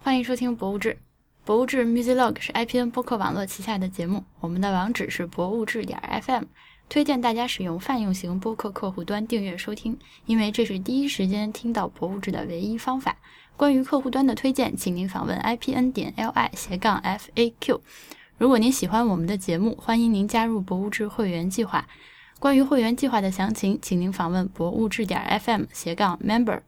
欢迎收听《博物志》。《博物志 Music Log》是 IPN 播客网络旗下的节目，我们的网址是博物志点 FM，推荐大家使用泛用型播客客户端订阅收听，因为这是第一时间听到《博物志》的唯一方法。关于客户端的推荐，请您访问 IPN 点 LI 斜杠 FAQ。如果您喜欢我们的节目，欢迎您加入博物志会员计划。关于会员计划的详情，请您访问博物志点 FM 斜杠 member。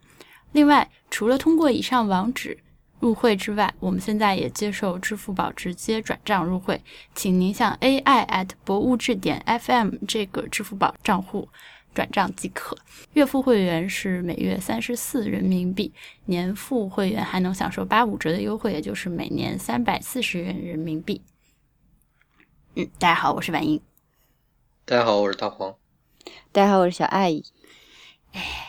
另外，除了通过以上网址入会之外，我们现在也接受支付宝直接转账入会，请您向 AI at 博物志点 FM 这个支付宝账户转账即可。月付会员是每月三十四人民币，年付会员还能享受八五折的优惠，也就是每年三百四十元人民币。嗯，大家好，我是婉莹。大家好，我是大黄。大家好，我是小爱。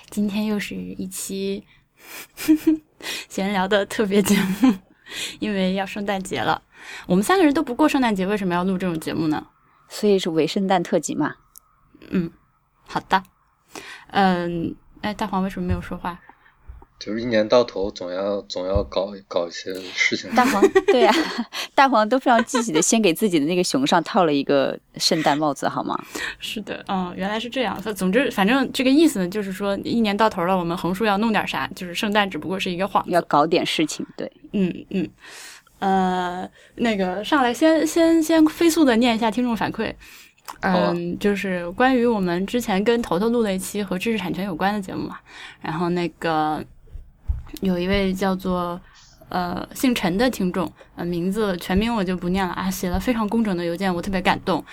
今天又是一期闲聊的特别节目，因为要圣诞节了。我们三个人都不过圣诞节，为什么要录这种节目呢？所以是伪圣诞特辑嘛？好的，嗯，哎，大黄为什么没有说话？就是一年到头总要总要搞搞一些事情，大黄对呀、 大黄都非常积极的，先给自己的那个熊上套了一个圣诞帽子，好吗？是的，嗯，原来是这样。总之，反正这个意思呢，就是说一年到头了，我们横竖要弄点啥，就是圣诞只不过是一个幌子。要搞点事情，对，嗯嗯，呃，那个上来先先先飞速的念一下听众反馈。嗯、好啊就是关于我们之前跟头头录了一期和知识产权有关的节目嘛，然后那个有一位叫做呃姓陈的听众，呃名字全名我就不念了啊，写了非常工整的邮件，我特别感动。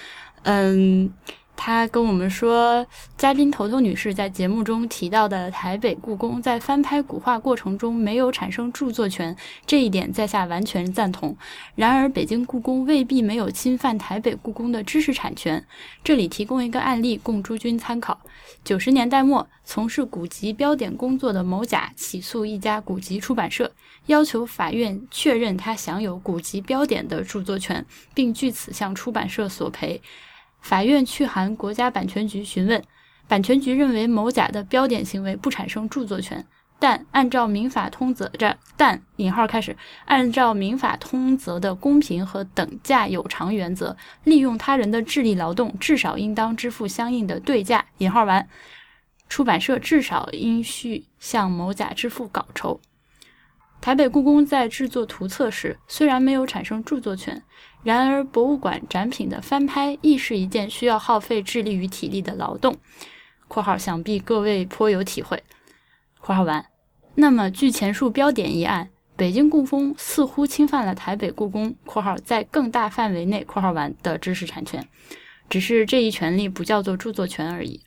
嗯，他跟我们说，嘉宾头头女士在节目中提到的台北故宫在翻拍古画过程中没有产生著作权，这一点在下完全赞同。然而，北京故宫未必没有侵犯台北故宫的知识产权。这里提供一个案例供诸君参考。九十年代末，从事古籍标点工作的某甲起诉一家古籍出版社，要求法院确认他享有古籍标点的著作权，并据此向出版社索赔。法院去函国家版权局询问，版权局认为某甲的标点行为不产生著作权，但按照民法通则这但引号开始，按照民法通则的公平和等价有偿原则，利用他人的智力劳动，至少应当支付相应的对价。引号完，出版社至少应需向某甲支付稿酬。台北故宫在制作图册时，虽然没有产生著作权，然而博物馆展品的翻拍亦是一件需要耗费智力与体力的劳动。（括号想必各位颇有体会。）（括号完）那么，据前述标点一案，北京故宫似乎侵犯了台北故宫（括号在更大范围内）（括号完）的知识产权，只是这一权利不叫做著作权而已。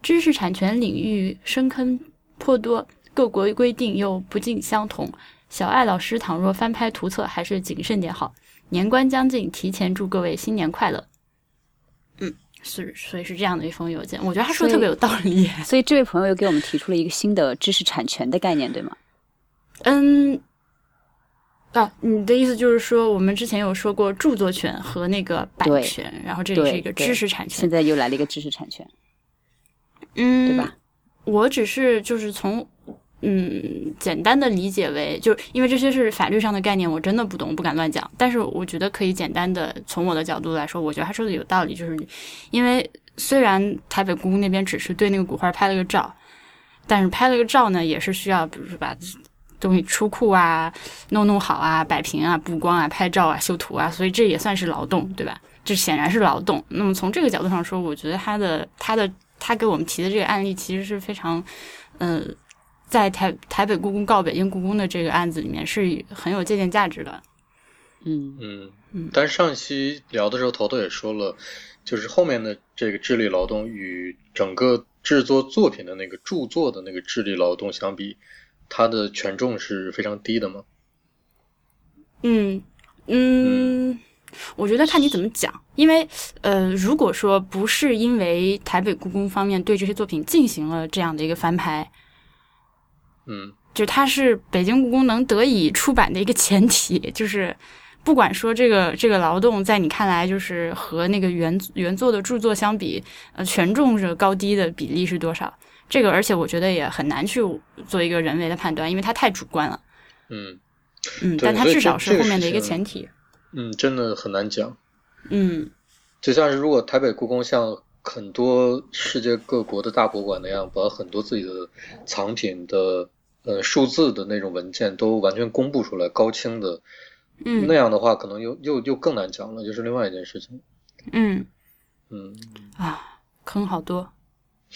知识产权领域深坑颇多，各国规定又不尽相同。小艾老师倘若翻拍图册，还是谨慎点好。年关将近，提前祝各位新年快乐。嗯，是，所以是这样的一封邮件，我觉得他说的特别有道理。所以这位朋友又给我们提出了一个新的知识产权的概念，对吗？嗯，啊，你的意思就是说，我们之前有说过著作权和那个版对权，然后这里是一个对知识产现权，在又来了一个知识产权，嗯，对吧？我只是就是从嗯简单的理解为，就是因为这些是法律上的概念，我真的不懂，不敢乱讲。但是我觉得可以简单的从我的角度来说，我觉得他说的有道理，就是因为虽然台北故宫那边只是对那个古画拍了个照，但是拍了个照呢，也是需要比如说把。东西出库啊，弄弄好啊，摆平啊，布光啊，拍照啊，修图啊，所以这也算是劳动，对吧？这显然是劳动。那么从这个角度上说，我觉得他的他的他给我们提的这个案例其实是非常，呃，在台台北故宫告北京故宫的这个案子里面是很有借鉴价值的。嗯，嗯嗯，但是上一期聊的时候，头头也说了，就是后面的这个智力劳动与整个制作作品的那个著作的那个智力劳动相比，它的权重是非常低的嘛。嗯嗯，我觉得看你怎么讲，因为呃，如果说不是因为台北故宫方面对这些作品进行了这样的一个翻拍，嗯，就它是北京故宫能得以出版的一个前提， 就是不管说这个这个劳动在你看来就是和那个原原作的著作相比，呃，权重是高低的比例是多少？这个而且我觉得也很难去做一个人为的判断，因为它太主观了。嗯，嗯，对但它所以至这少是这个后面事的一个情前提。嗯，真的很难讲。嗯就像是如果台北故宫像很多世界各国的大博物馆那样，把很多自己的藏品的呃数字的那种文件都完全公布出来，高清的，那嗯样的话可能又又又更难讲了，就是另外一件事情。嗯嗯，啊，坑好多。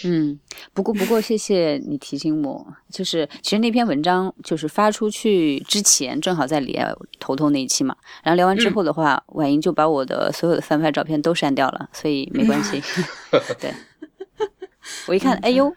嗯，不过不过，谢谢你提醒我。就是其实那篇文章就是发出去之前，正好在聊头头那一期嘛。然后聊完之嗯后的话，婉莹就把我的所有的翻拍照片都删掉了，所以没 关系。对，我一嗯看，哎呦，哎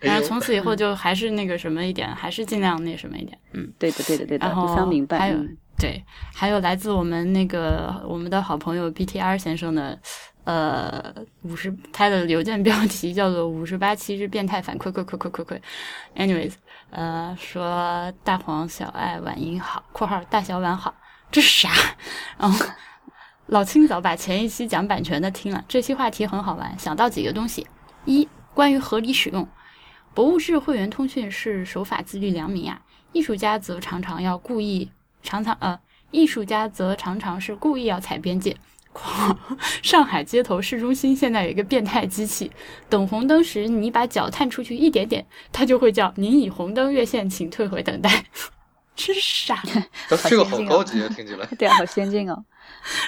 然后呦，嗯从此以后就还是那个什么一点，还是尽量那什么一点。嗯，对的对的对的，然你后非常明还白。有嗯对，还有来自我们那个我们的好朋友 BTR 先生的，呃，五十他的邮件标题叫做“五十八期之变态反馈馈馈馈馈馈 ”，anyways，呃，说大黄小爱婉莹好（括号大小婉好），这是啥？然后老清早把前一期讲版权的听了，这期话题很好玩，想到几个东西：一、关于合理使用，博物志会员通讯是守法自律良民啊。艺术家则常常要故意，常常呃，艺术家则常常是故意要踩边界。 况上海街头市中心现在有一个变态机器，等红灯时你把脚探出去一点点，它就会叫“您已红灯越线，请退回等待”， 真傻。这个好先进啊高级啊，听 起来。对啊，好先进哦。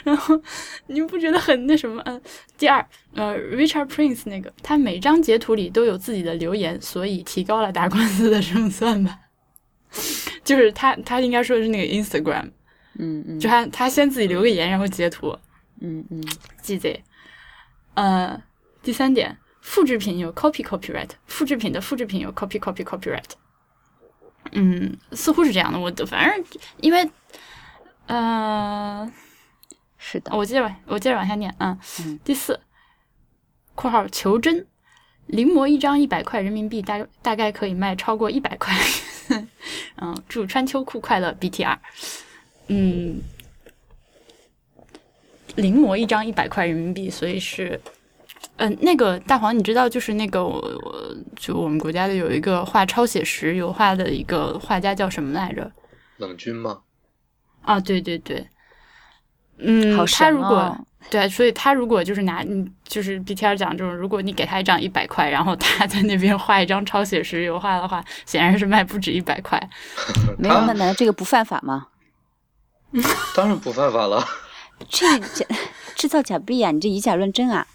然后你不觉得很那什么？嗯、第二，呃，Richard Prince 那个，他每张截图里都有自己的留言，所以提高了打官司的胜算吧。就是他，他应该说的是那个 Instagram，嗯嗯就他他先自己留个言，然后截图，嗯嗯，鸡贼。呃，第三点，复制品有 copy copyright，复制品的复制品有 copy copy copyright。嗯，似乎是这样的，我的反正因为，呃，是的。啊我接着往我接着往下念啊。嗯第四，括号求真，临摹一张一百块人民币大大概可以卖超过一百块。 嗯，祝穿秋裤快乐 BTR。嗯，临摹一张一百块人民币，所以是。嗯，那个大黄，你知道，就是那个我我就我们国家的有一个画超写实油画的一个画家叫什么来着？冷军吗？啊，对对对，嗯，好他神如果、哦对，所以他如果就是拿你就是 BTR 奖这种，如果你给他一张一百块，然后他在那边画一张超写实油画的话，显然是卖不止一百块。没有，那他难道这个不犯法吗？当然不犯法了，这假 制造假币呀、你这以假乱真啊！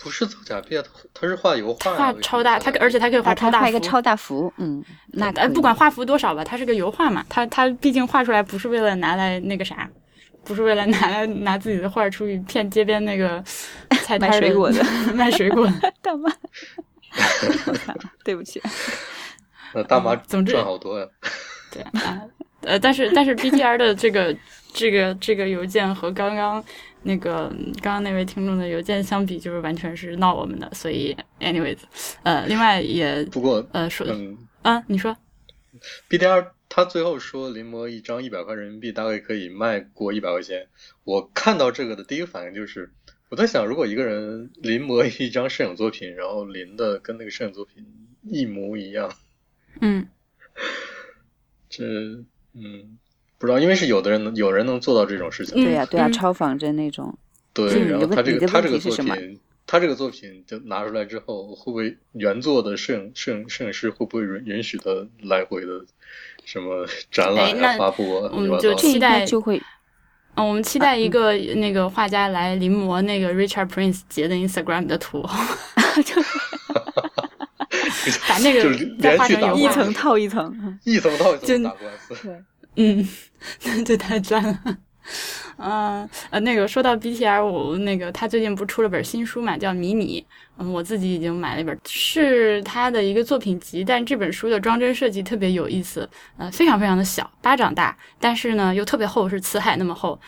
不是造假币啊，他他是画油画啊，画为什超么大，造假他币而且他可以啊画他超大幅，画一个超大幅，嗯，那呃可以不管画幅多少吧，它是个油画嘛，它它毕竟画出来不是为了拿来那个啥。不是为了拿来拿自己的画出去骗街边那个 菜摊卖儿水果的 卖水果的，大妈， 好惨啊！对不起，那大麻嗯总之赚好多呀、对啊，呃，但是但是 BTR 的这个这个这个邮件和刚刚那个刚刚那位听众的邮件相比，就是完全是闹我们的，所以 anyways，呃，另外也不过，呃说嗯啊，你说，BDR 他最后说临摹一张一百块人民币大概可以卖过一百块钱。我看到这个的第一反应就是，我在想，如果一个人临摹一张摄影作品，然后临的跟那个摄影作品一模一样，嗯这嗯不知道，因为是有的人能有人能做到这种事情，对呀、对呀、嗯超仿真那种，所以对，你的然后问他这你个的他问这个题作是什么品，他这个作品就拿出来之后，会不会原作的摄影摄影摄影师会不会允允许他来回的什么展哎览那啊、发布啊？我们乱七就八糟期这应该待嗯就会嗯，我们期待一个那个画家来临摹那个 Richard Prince 截的 Instagram 的图，把那就个是再连画续成打油官一画司，层套一层。嗯一层到一层就打官司。嗯， 这太赚了。嗯呃，那个说到 BTR，我那个他最近不出了本新书嘛，叫《迷你》。嗯，我自己已经买了一本，是他的一个作品集，但这本书的装帧设计特别有意思，呃，非常非常的小，巴掌大，但是呢又特别厚，是辞海那么厚，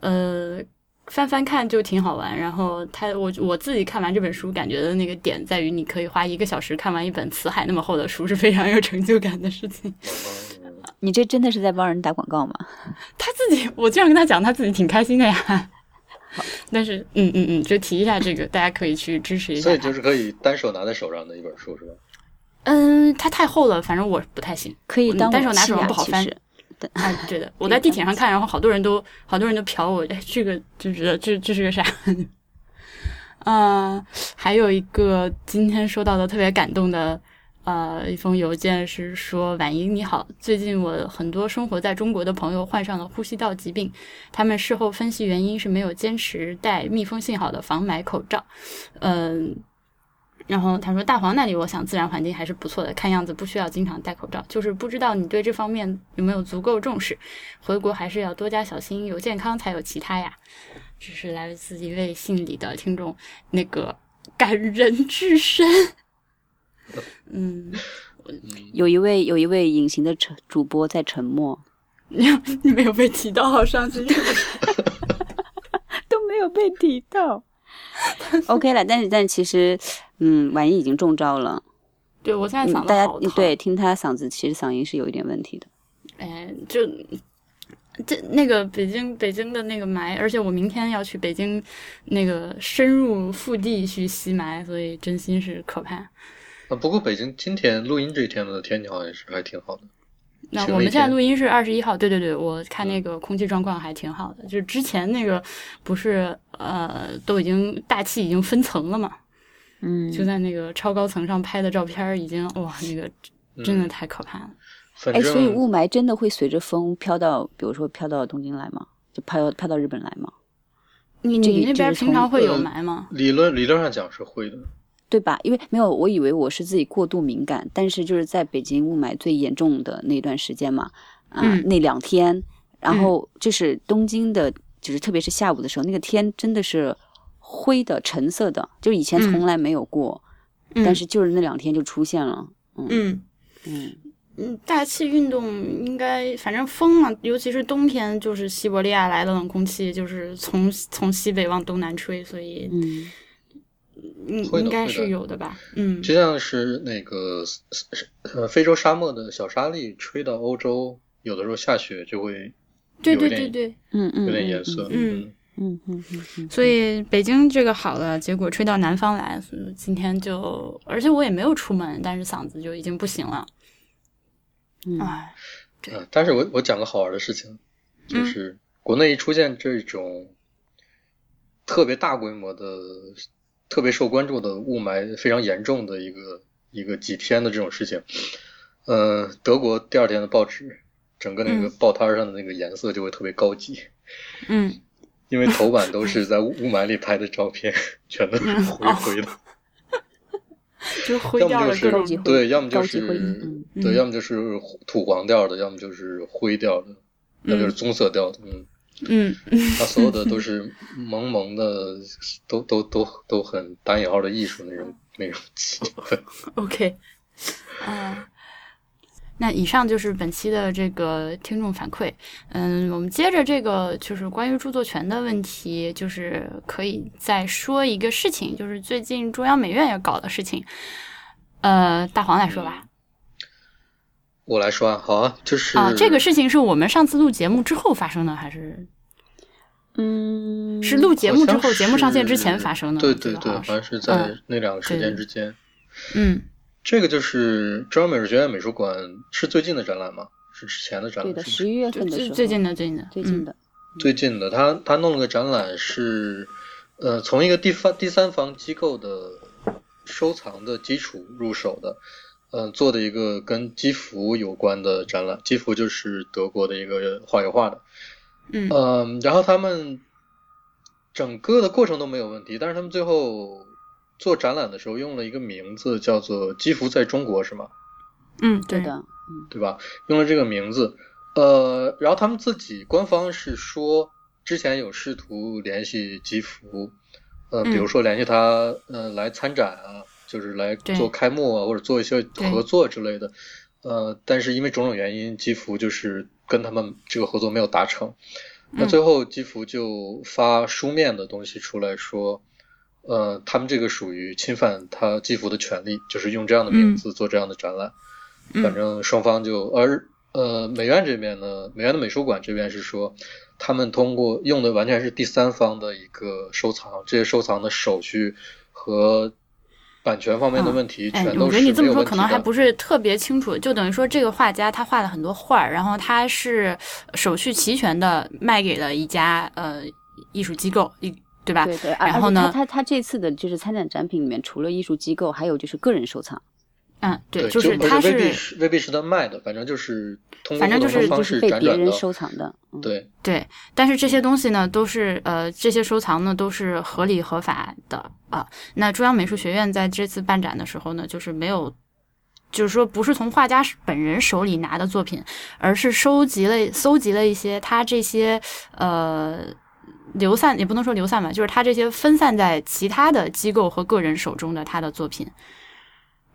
呃，翻翻看就挺好玩。然后他我我自己看完这本书，感觉的那个点在于，你可以花一个小时看完一本辞海那么厚的书，是非常有成就感的事情。嗯你这真的是在帮人打广告吗？嗯他自己，我这样跟他讲，他自己挺开心的呀。但是，嗯嗯嗯，就提一下这个，大家可以去支持一下他。所以就是可以单手拿在手上的一本书是吧？嗯，他太厚了，反正我不太行。可以嗯当单武手拿器手呀不好其翻实啊，对的，我在地铁上看，然后好多人都好多人都瞟我，哎，这个就觉得这这是个啥？嗯，还有一个今天收到的特别感动的，呃，一封邮件是说：“婉莹你好，最近我很多生活在中国的朋友患上了呼吸道疾病，他们事后分析原因是没有坚持戴密封性好的防霾口罩。”嗯。然后他说，大黄那里我想自然环境还是不错的，看样子不需要经常戴口罩，就是不知道你对这方面有没有足够重视。回国还是要多加小心，有健康才有其他呀。这是来自一位姓李的听众，那个感人至深。嗯， 有一位有一位隐形的沉主播在沉默，你你没有被提到，啊好伤心。都没有被提到。OK 了，但是但其实，嗯，婉莹已经中招了。 对我现在嗯嗓子大家好疼。啊对听她嗓子，其实嗓音是有一点问题的。哎，就这那个北京北京的那个霾，而且我明天要去北京那个深入腹地去吸霾，所以真心是可怕。啊，不过北京今天录音这一天的天气好像是还挺好的。那晴我了一们现在天录音是二十一号，对对对，我看那个空气状况还挺好的，就是之前那个不是呃都已经大气已经分层了嘛，嗯就在那个超高层上拍的照片儿已经哇那个真的嗯太可怕了。反哎，正所以雾霾真的会随着风飘到，比如说飘到东京来吗？就飘到飘到日本来吗？你这你个那边这个平常从会有呃霾吗？理论理论上讲是会的，嗯对吧？因为没有，我以为我是自己过度敏感，但是就是在北京雾霾最严重的那段时间嘛，啊、嗯那两天，然后就是东京的，就是特别是下午的时候，那个天真的是灰的、橙色的，就以前嗯从来没有过，但嗯是就是那两天就出现了。嗯。嗯，嗯，大气运动应该，反正风嘛，尤其是冬天，就是西伯利亚来的冷空气，就是从从西北往东南吹，所以嗯，应会的应该会的是有的吧？嗯，就像是那个呃非洲沙漠的小沙粒吹到欧洲，有的时候下雪就会对有对一点对对，嗯嗯，有点颜嗯色。嗯嗯，嗯嗯嗯嗯，所以北京这个好了，结果吹到南方来，所以今天就，而且我也没有出门，但是嗓子就已经不行了，嗯唉，对啊，但是我我讲个好玩的事情，就嗯是国内一出现这种特别大规模的、特别受关注的雾霾非常严重的一个一个几天的这种事情，呃，德国第二天的报纸，整个那个嗯报摊上的那个颜色就会特别高级，嗯，因为头版都是在雾雾霾里拍的照片，全都是灰灰的， 就嗯哦灰要掉么了各就是种高级灰对，要么就高级是灰嗯对，嗯要么就是土黄调的，要么就是灰调的，要么就是棕色调的，嗯。嗯它所有的都是萌萌的，都都都都很打引号的艺术那种那种气氛。 OK，啊、那以上就是本期的这个听众反馈。嗯，我们接着这个就是关于著作权的问题，就是可以再说一个事情，就是最近中央美院要搞的事情。呃，大黄来说吧。我来说啊，好啊，就是啊，这个事情是我们上次录节目之后发生的，还是嗯，是录节目之好像后，是节目上线之前发生的？对我记对得对，好好像像是。是在那两个时间之间。嗯这个就是中央美术学院美术馆是最近的展览吗？是之前的展对览？的，是吗十一月就份的时最候，最近的最近的最近嗯的，最近的，他他弄了个展览是，呃，从一个第三第三方机构的收藏的基础入手的，嗯、做的一个跟基服有关的展览。基服就是德国的一个画油画的，嗯嗯，然后他们整个的过程都没有问题，但是他们最后做展览的时候用了一个名字叫做“基服在中国”，是吗？嗯，对对的，对吧？用了这个名字，呃，然后他们自己官方是说，之前有试图联系吉福，呃，嗯比如说联系他，呃，来参展啊，就是来对做开幕啊，或者做一些对合作之类的，呃，但是因为种种原因，吉福就是跟他们这个合作没有达成，那嗯最后吉福就发书面的东西出来说。呃，他们这个属于侵犯他基服的权利，就是用这样的名嗯字做这样的展览。嗯反正双方就，而呃，美院这边呢，美院的美术馆这边是说，他们通过用的完全是第三方的一个收藏，这些收藏的手续和版权方面的问题，哎全，我都觉得是你这么没有说问可题能还的。不是特别清楚，就等于说这个画家他画了很多画儿，然后他是手续齐全的卖给了一家呃艺术机构，一对吧？对对，而然后呢而且他他他这次的就是参展展品里面，除了艺术机构，还有就是个人收藏，嗯，对，就是他而且未必是是未必是他卖的，反正就是通过反各正就种是方就式是被辗别转人到收藏的。嗯，对，对，但是这些东西呢，都是呃，这些收藏呢都是合理合法的啊。那中央美术学院在这次办展的时候呢，就是没有，就是说不是从画家本人手里拿的作品，而是收集了搜集了一些他这些呃流散，也不能说流散吧，就是他这些分散在其他的机构和个人手中的他的作品。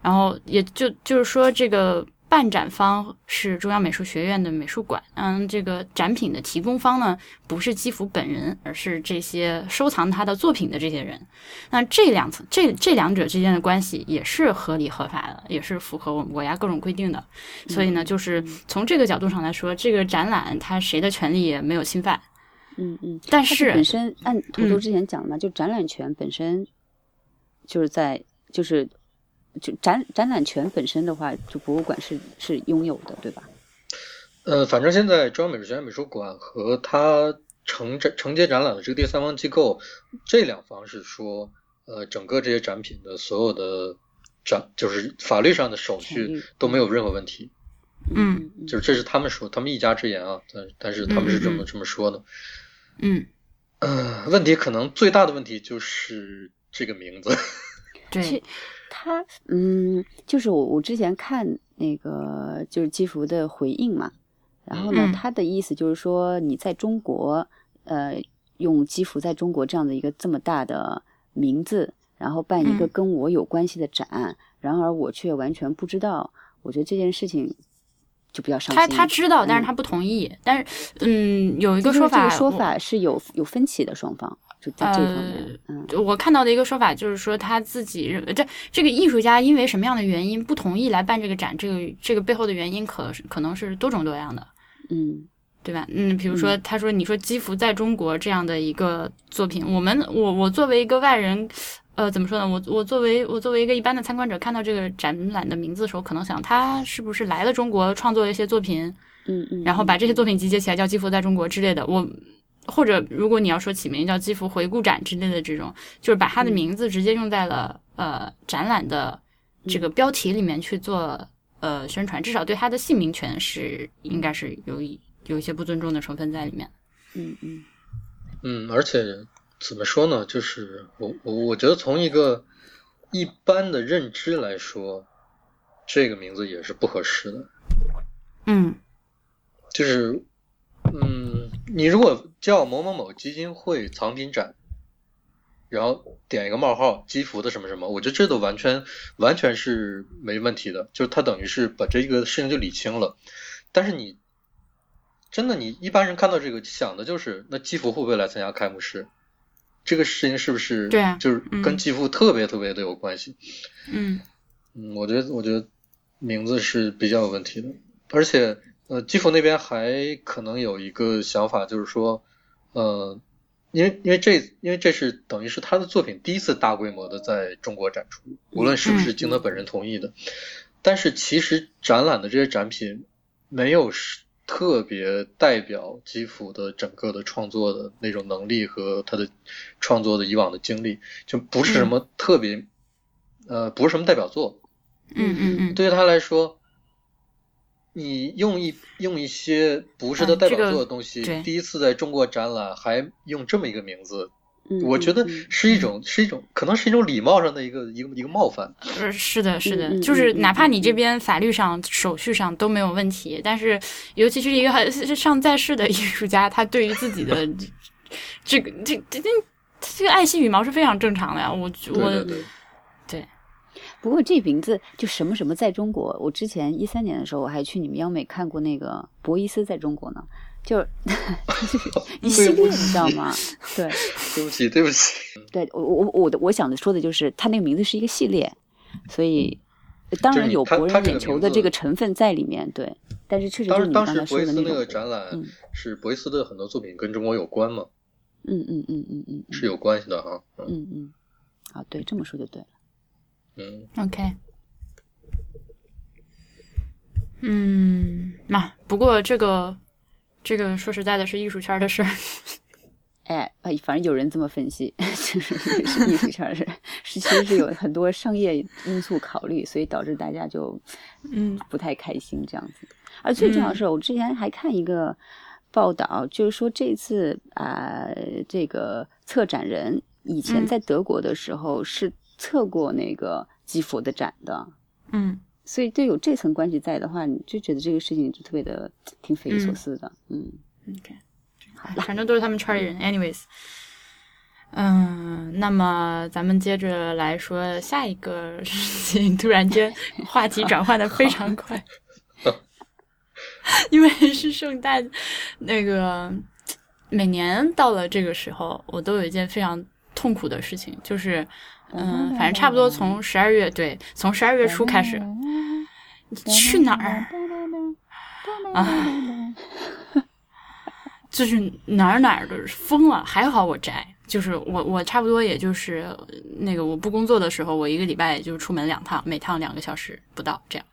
然后也就就是说，这个办展方是中央美术学院的美术馆，嗯，这个展品的提供方呢不是基辅本人，而是这些收藏他的作品的这些人。那这两层这这两者之间的关系也是合理合法的，也是符合我们国家各种规定的。所以呢，就是从这个角度上来说，这个展览它谁的权利也没有侵犯，嗯嗯。但但是本身按图图嗯之前讲的嘛，就展览权本身就是在就是就展展览权本身的话，就博物馆是是拥有的，对吧？呃，反正现在中央美术学院美术馆和它承展承接展览的这个第三方机构，这两方是说，呃，整个这些展品的所有的展，就是法律上的手权续利都没有任何问题，嗯嗯就是这是他们说，他们一家之言啊，但但是他们是这嗯嗯么嗯这么说的。嗯，呃，问题可能最大的问题就是这个名字，对，他嗯，就是我我之前看那个就是基福的回应嘛，然后呢，嗯他的意思就是说你在中国，呃，用基福在中国这样的一个这么大的名字，然后办一个嗯跟我有关系的展，然而我却完全不知道，我觉得这件事情就比较伤他心。他知道，但是嗯他不同意。但是，嗯，有一就个是说法，这个说我法是有有分歧的双方，就在这方面，嗯就我看到的一个说法就是说他自己认为这这个艺术家因为什么样的原因不同意来办这个展，这个这个背后的原因可可能是多种多样的，嗯对吧？嗯，比如说他说你说基辅在中国这样的一个作品，我们我我作为一个外人。呃，怎么说呢？我我作为我作为一个一般的参观者，看到这个展览的名字的时候，可能想他是不是来了中国创作了一些作品，嗯嗯，然后把这些嗯作品集结起来叫《基辅在中国》之类的。我或者如果你要说起名叫《基辅回顾展》之类的这种，就是把它的名字直接用在了、呃展览的这个标题里面去做呃宣传，至少对它的姓名权是应该是有一有一些不尊重的成分在里面。嗯嗯嗯，而且怎么说呢？就是我我我觉得从一个一般的认知来说，这个名字也是不合适的。嗯就是，嗯，你如果叫某某某基金会藏品展，然后点一个冒号基服的什么什么，我觉得这都完全完全是没问题的，就是他等于是把这个事情就理清了。但是你真的你一般人看到这个想的就是，那基服会不会来参加开幕式？这个事情是不是对啊就是嗯跟基服特别特别的有关系？嗯嗯，我觉得我觉得名字是比较有问题的，而且呃，基辅那边还可能有一个想法，就是说，呃，因为因为这因为这是等于是他的作品第一次大规模的在中国展出，无论是不是经他本人同意的，但是其实展览的这些展品没有是特别代表基辅的整个的创作的那种能力和他的创作的以往的经历，就不是什么特别，呃，不是什么代表作，嗯嗯嗯，对于他来说，你用一用一些不是他嗯代这表个作的东西，对第一次在中国展览还用这么一个名字，嗯，我觉得嗯嗯是一种是一种可能是一种礼貌上的一个一个一个冒犯。呃，是的，是的，嗯嗯就是嗯哪怕你嗯这嗯边法律上、手续上都没有问题，但是尤其是一个还是尚在世的艺术家，他对于自己 的这个这这这这个爱惜羽毛是非常正常的呀。我对我对对，嗯对不过这名字就什么什么在中国，我之前一三年的时候我还去你们央美看过那个博伊斯在中国呢，就是 就是 一系列，你知道吗？对对不起对不起，对，我我我的我想的说的就是它那个名字是一个系列，所以当嗯就是然你有它博它人这个眼球名的这字个成分在里面，对。但是确实就当是时你当刚才时博说伊的斯那那个种，展览嗯是博伊斯的很多作品跟中国有关嘛，嗯嗯嗯嗯嗯是有关系的哈。嗯嗯嗯，啊，对，这么说就对了。嗯 OK，嗯，那、不过这个这个说实在的是艺术圈的事儿，哎，哎反正有人这么分析， 就是也是艺术圈是 是其实是有很多商业因素考虑，所以导致大家就嗯不太开心这样子。而最重要的是，我之前还看一个报道，就是说这次啊、呃这个策展人以嗯前在德国的时候是策过那个基佛的展的，嗯所以对有这层关系在的话，你就觉得这个事情就特别的挺匪夷所嗯思的，嗯。 ，OK，哎反正都是他们圈里人，anyways。嗯，那么咱们接着来说下一个事情。突然间，话题转换的非常快， 因为是圣诞，那个每年到了这个时候，我都有一件非常痛苦的事情，就是，嗯、反正差不多从十二月，对，从十二月初开始，去哪儿啊？就是哪儿哪儿都是疯了，还好我宅。就是我，我差不多也就是呃那个我不工作的时候，我一个礼拜也就出门两趟，每趟两个小时不到这样。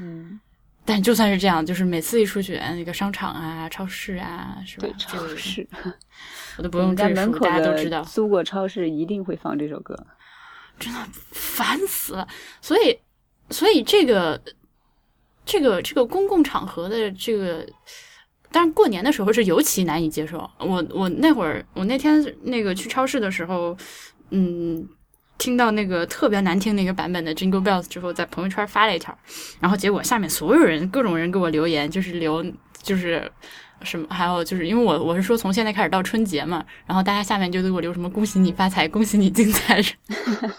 嗯，但就算是这样，就是每次一出去，哎那个商场啊、超市啊，是吧对，？就超市， 我都不我用们家赘门述，口大家都的知道。苏果超市一定会放这首歌。烦死了。所以，所以这个这个这个公共场合的这个，当然过年的时候是尤其难以接受。我我那会儿我那天那个去超市的时候，嗯。听到那个特别难听那个版本的《Jingle Bells》之后，在朋友圈发了一条，然后结果下面所有人各种人给我留言，就是留就是什么，还有就是因为我我是说从现在开始到春节嘛，然后大家下面就给我留什么恭喜你发财、恭喜你精彩什么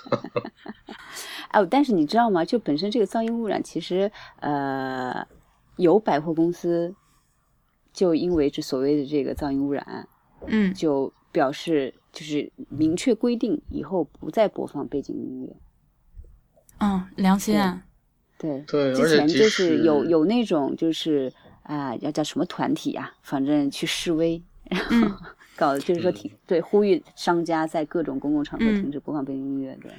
哦，但是你知道吗？就本身这个噪音污染，其实呃，有百货公司就因为这所谓的这个噪音污染，嗯，就表示就是明确规定以后不再播放背景音乐。嗯，良心啊，对，对而之且前即就是有使有那种就是啊，要叫什么团体啊，反正去示威，嗯然后 搞的就是说停、嗯对呼吁商家在各种公共场合嗯停止播放背景音乐，对。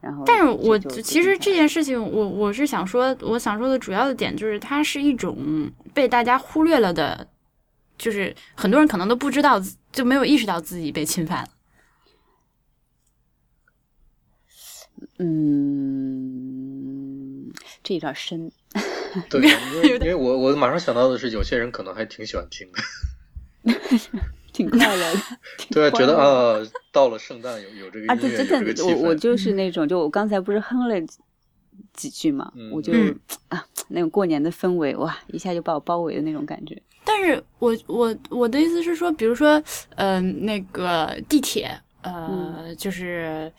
然后就，但是我就其实这就件事情，我我是想说，我想说的主要的点就是，它是一种被大家忽略了的，就是很多人可能都不知道，就没有意识到自己被侵犯了。嗯，这有点深， 对，因为因为我我马上想到的是，有些人可能还挺喜欢听的，。挺快乐的对啊，挺快觉得乐的啊，到了圣诞有有这个啊，音对，乐，有这真个气的，我我氛，就是那种，就我刚才不是哼了几句嘛，嗯我就、嗯啊那种过年的氛围，哇，一下就把我包围的那种感觉。但是我我我的意思是说，比如说，呃，那个地铁，呃，就是。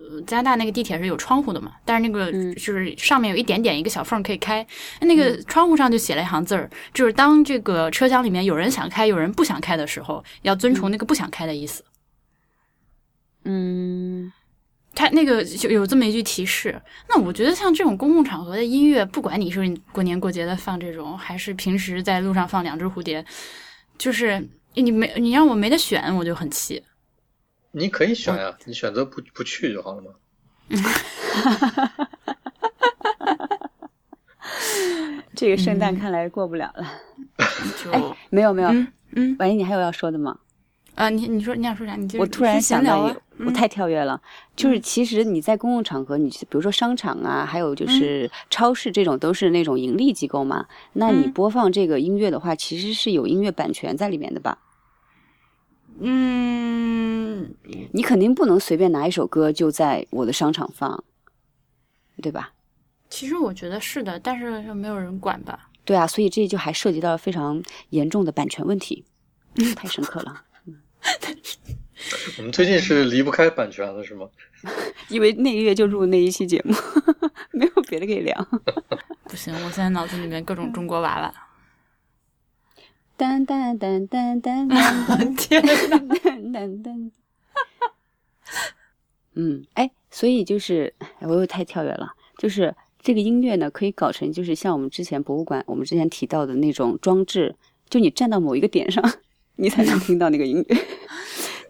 呃加拿大那个地铁是有窗户的嘛，但是那个嗯就是上面有一点点一个小缝可以开，那个窗户上就写了一行字儿，就是当这个车厢里面有人想开，有人不想开的时候，要遵从那个不想开的意思。嗯，他那个就有这么一句提示。那我觉得像这种公共场合的音乐，不管你是你过年过节的放这种，还是平时在路上放两只蝴蝶，就是你没你让我没得选，我就很气。你可以选嗯呀、你选择不不去就好了嘛。这个圣诞看来过不了了。就、没哎有没有，嗯嗯万一你还有要说的吗？啊，你你说你想说啥？你就我突然你先想聊到啊一，我太跳跃了。就是其实你在公共场合，你去比如说商场啊，还有就是超市这种，都是那种盈利机构嘛。那你嗯播放这个音乐的话，其实是有音乐版权在里面的吧？嗯，你肯定不能随便拿一首歌就在我的商场放，对吧？其实我觉得是的，但是就没有人管吧。对啊，所以这就还涉及到非常严重的版权问题，太深刻 了。我们最近是离不开版权了，是吗？因为那个月就录那一期节目， 没有别的可以聊。不行，我现在脑子里面各种中国娃娃。噔噔噔噔噔 噔。天哪！ 嗯，哎，所以就是哎我又太跳跃了，就是这个音乐呢，可以搞成就是像我们之前博物馆，我们之前提到的那种装置，就你站到某一个点上，你才能听到那个音乐。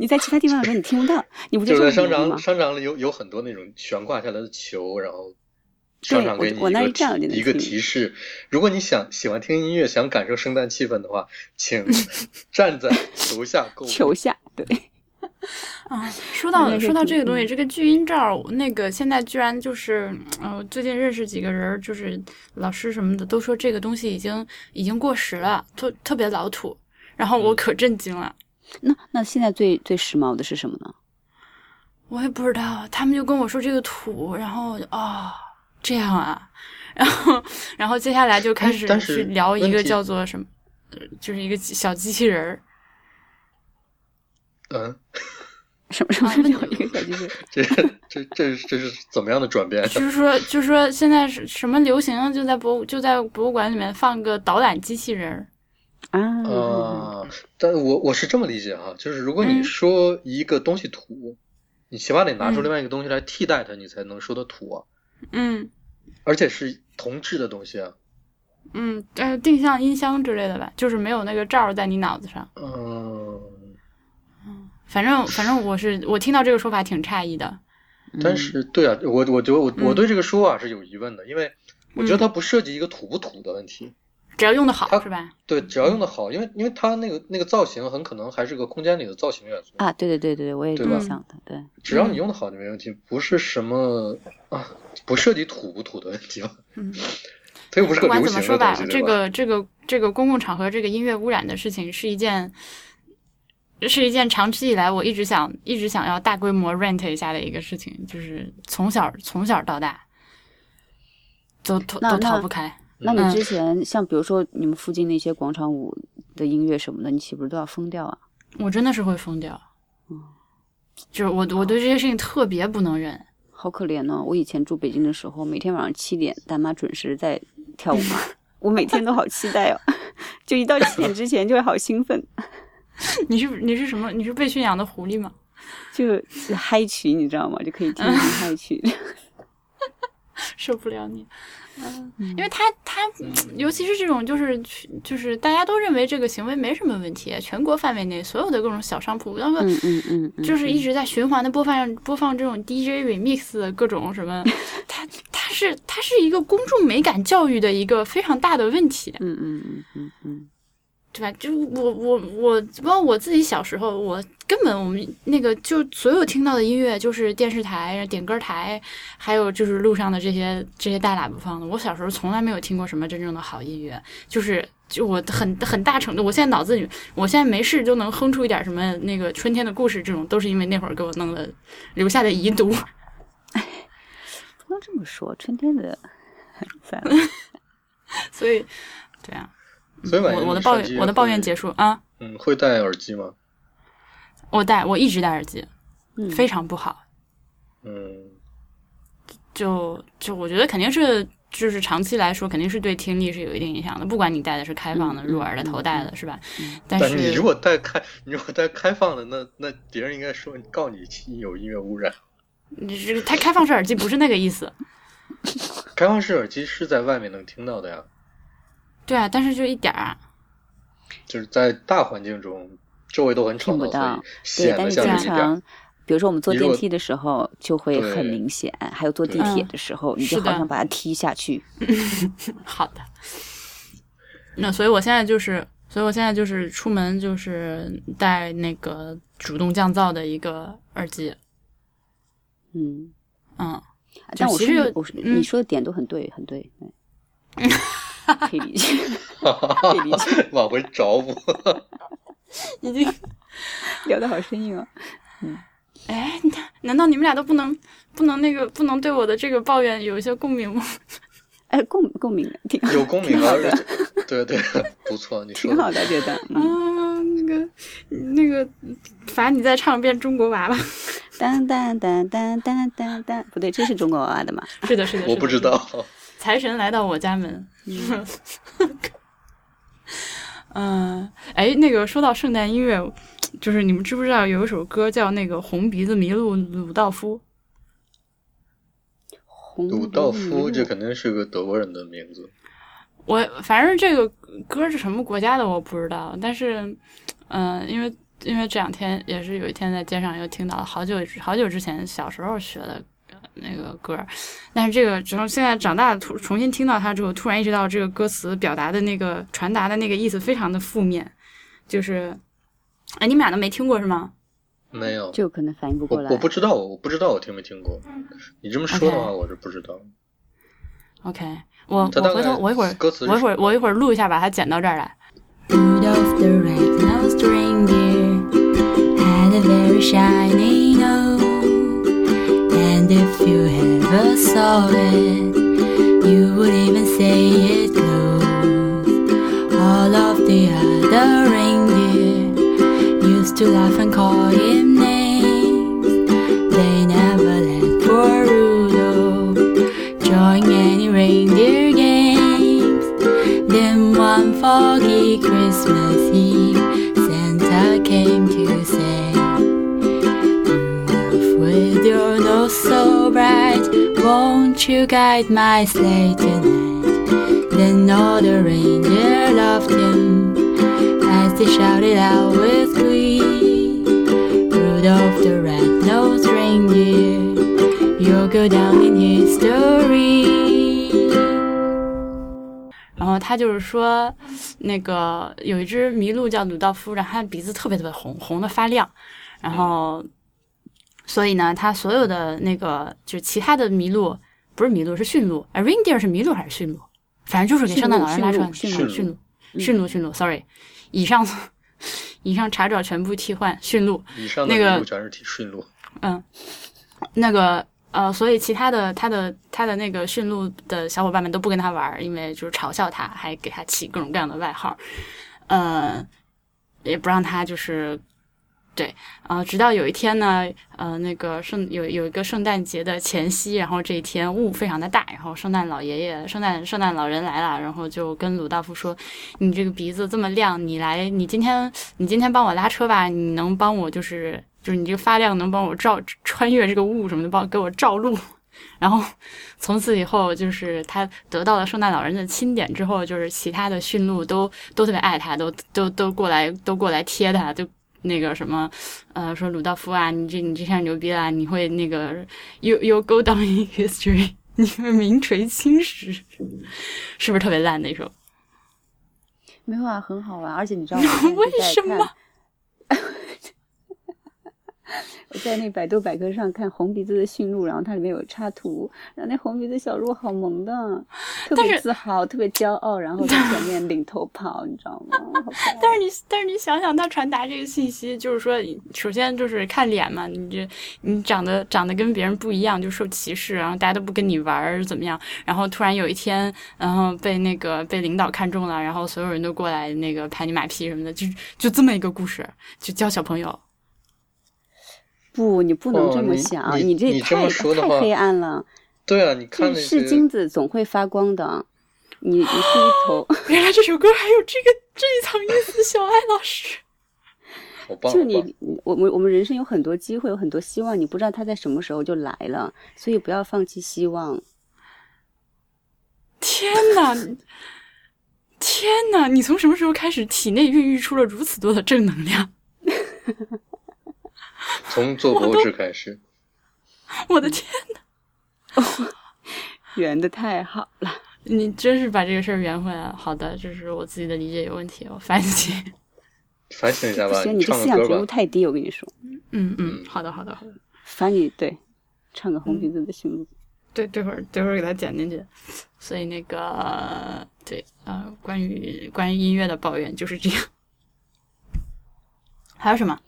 你在其他地方可能你听不到，你不就是在嗯这么商牛逼场吗？商场里有有很多那种悬挂下来的球，然后对商场给我你我一那个一站我就提能一个听提示。如果你想喜欢听音乐，想感受圣诞气氛的话， 请站在楼下购物。球下，对，啊，说那到个说到挺这个东西，嗯这个巨婴照，那个现在居然就是，呃，最近认识几个人儿，就是老师什么的，都说这个东西已经已经过时了，特特别老土。然嗯后我可震惊了，那那现在最最时髦的是什么呢？我也不知道，他们就跟我说这个土，然后我就哦，这样啊，然后然后接下来就开哎始但去是聊一问个题叫做什么，呃就是一个小机器人 儿，嗯，什么什么啊什么问 有一个小机器人？这这这这是怎么样的转变啊？就是说，就是说，现在是什么流行啊？就在博物就在博物馆里面放个导览机器人儿。呃啊，啊，但我我是这么理解哈，就是如果你嗯说一个东西土，你起码得拿嗯出另外一个东西来替代它，你才能说它土啊，嗯而且是同质的东西啊。嗯，呃，定向音箱之类的吧，就是没有那个罩儿在你脑子上。嗯，反正反正我是我听到这个说法挺诧异的。嗯但是嗯对啊，我我觉得我我对这个说法是有疑问的，因为我嗯觉得它不涉及一个土不土的问题。只要用得好它是吧？对，只要用的好，因为因为它那个那个造型很可能还是个空间里的造型元素，啊，对对对对对，我也这对么吧想的，对。只要你用的好就没问题，不是什么啊，不涉及土不土的问题吧？嗯， 它又不是不个管流怎行么的说东西，这对吧？个这个这个公共场合这个音乐污染的事情是一件。是一件长期以来我一直想一直想要大规模 rant 一下的一个事情，就是从小从小到大都逃那都逃那不开。那你嗯之前像比如说你们附近那些广场舞的音乐什么的，你岂不是都要疯掉啊？我真的是会疯掉。嗯就是我我对这些事情特别不能忍。好可怜呢！我以前住北京的时候，每天晚上七点，大妈准时在跳舞嘛，我每天都好期待哦， 就一到七点之前就会好兴奋，你是你是什么？你是被驯养的狐狸吗？ 就嗨曲，你知道吗？就可以听听嗨曲。 受不了你。嗯，因为他他，尤其是这种就是就是大家都认为这个行为没什么问题，全国范围内所有的各种小商铺，那么嗯嗯嗯，嗯就是一直在循环的播放播放这种 DJ remix 的各种什么， 它它是它是一个公众美感教育的一个非常大的问题。嗯嗯嗯嗯嗯，对吧？就我我我，包括我自己小时候，我根本我们那个就所有听到的音乐，就是电视台、点歌台，还有就是路上的这些这些大喇叭放的。我小时候从来没有听过什么真正的好音乐，就是就我很很大程度，我现在脑子里，我现在没事就能哼出一点什么那个春天的故事这种，都是因为那会儿给我弄的留下的遗毒。 不能这么说，春天的 算了。所以，对啊，所以晚我上我的你抱手机怨我的抱怨会结束啊！嗯，会戴耳机吗？我戴我一直戴耳机，嗯非常不好。嗯，就就我觉得肯定是，就是长期来说肯定是对听力是有一定影响的，不管你戴的是开放的、嗯入耳的、头戴的，是吧？但但你是如果戴开， 你如果戴开放的，那那别人应该说告你有音乐污染。 你这个它开放式耳机不是那个意思，开放式耳机是在外面能听到的呀，对啊，但是就一点儿啊，就是在大环境中，周围都很吵听不闹，所到以对，显但得是像经是一点儿常，比如说我们坐你如电果梯的时候就会很对明显，还有坐地对铁的时候，你就是好嗯的想把它踢下去。好的。那所以我现在就是，所以我现在就是出门就是戴那个主动降噪的一个耳机，嗯，嗯，就但我其说实的有我说嗯你说的点都很对，很对，对可以理解， 可以理解，往回找补。 已经，聊得好生硬啊。哎，你看，难道你们俩都不能不能那个不能对我的这个抱怨有一些共鸣吗？哎，共共鸣挺有共鸣挺好啊的， 对对，不错，你说挺好的，觉得。嗯，啊，那个那个，罚你再唱一遍《中国娃娃》。当当当当当当当，不对，这是中国娃娃的嘛？是的，是的，我不知。道， 财神来到我家门。 嗯，哎，那个说到圣诞音乐，就是你们知不知道有一首歌叫那个《红鼻子麋鹿鲁道夫》？红鲁道夫这个肯定是个德国人的名字。我反正这个歌是什么国家的我不知道，但是，嗯、因为因为这两天也是有一天在街上又听到了好久好久之前小时候学的那个歌，但是这个之后现在长大突重新听到它之后，突然意识到这个歌词表达的那个传达的那个意思非常的负面，就是，哎，你们俩都没听过是吗？没有，就可能反应不过我来。我不知道，我不知道我听没听过。你这么说的话，我是不知道。 OK，我它我大回概头我一会儿歌词是我一会儿我一会儿录一下，把它剪到这儿来。 Rudolph the red-nosed reindeer had a very shiny nose. And if you ever saw it, you would even say it glows. All of the other reindeer used to laugh and call him names. They never let poor Rudolph join any reindeer games. Then one foggy Christmas Eve, Santa came to say, Rudolph, with your nose so bright, won't you guide my sleigh tonight? Then all the reindeer loved him as they shouted out with glee, Rudolph the red-nosed reindeer, you'll go down in history. 然后他就是说，那个有一只麋鹿叫鲁道夫，然后它的鼻子特别特别红，红的发亮。然后，所以呢，它所有的那个就是其他的麋鹿，不是麋鹿是驯鹿，哎，reindeer 是麋鹿还是驯鹿？反正就是给圣诞老人拉穿驯鹿驯驯鹿鹿驯鹿驯鹿，sorry，以上 以上查找全部替换驯鹿。以上的那个路全是驯鹿，那个呃，所以其他的他的他的那个驯鹿的小伙伴们都不跟他玩儿，因为就是嘲笑他，还给他起各种各样的外号，呃，也不让他就是。对，呃，直到有一天呢，呃，那个圣有有一个圣诞节的前夕，然后这一天雾非常的大，然后圣诞老爷爷、圣诞圣诞老人来了，然后就跟鲁道夫说：“你这个鼻子这么亮，你来，你今天你今天帮我拉车吧，你能帮我就是就是你这个发亮能帮我照穿越这个雾什么的，帮给我照路。 然后从此以后，就是他得到了圣诞老人的钦点之后，就是其他的驯鹿都都特别爱他，都都都过来都过来贴他，就那个什么，呃，说鲁道夫啊，你这你这下牛逼啦，你会那个 you you go down in history，你会名垂青史，是不是特别烂的一首？没有啊，很好玩，而且你 知道我现在为在什看 么？我在那百度百科上看红鼻子的驯鹿，然后它里面有插图，然后那红鼻子小鹿好萌的，特但别是自豪，特别骄傲，然后在前面领头跑，你知道吗？好可爱但是你，但是你想想，他传达这个信息，就是说，首先就是看脸嘛，你这你长得长得跟别人不一样，就受歧视，然后大家都不跟你玩儿，怎么样？然后突然有一天，然后被那个被领导看中了，然后所有人都过来那个拍你马屁什么的，就就这么一个故事，就教小朋友。 不，你不能哦这么你想，你这你这太么说的太话黑暗了。对啊，你看这那是些金子总会发光的，你你是一头，原来这首歌还有这个这一层意思，小爱老师。好棒，就好你棒，你我们我们人生有很多机会，有很多希望，你不知道它在什么时候就来了，所以不要放弃希望。天哪！天哪！你从什么时候开始体内孕育出了如此多的正能量？从做博士开始，我的天！圆的太好了，你真是把这个事儿圆回来了。好的，这是我自己的理解有问题，我反省。反省一下不吧，行，你这唱思个想觉歌悟吧。太低，我跟你说， 嗯嗯嗯，好的好的好的，罚你对，唱个红鼻子的驯鹿。对，这会儿这会儿给它剪进去。所以那个对，呃，关于关于音乐的抱怨就是这样。 还有什么？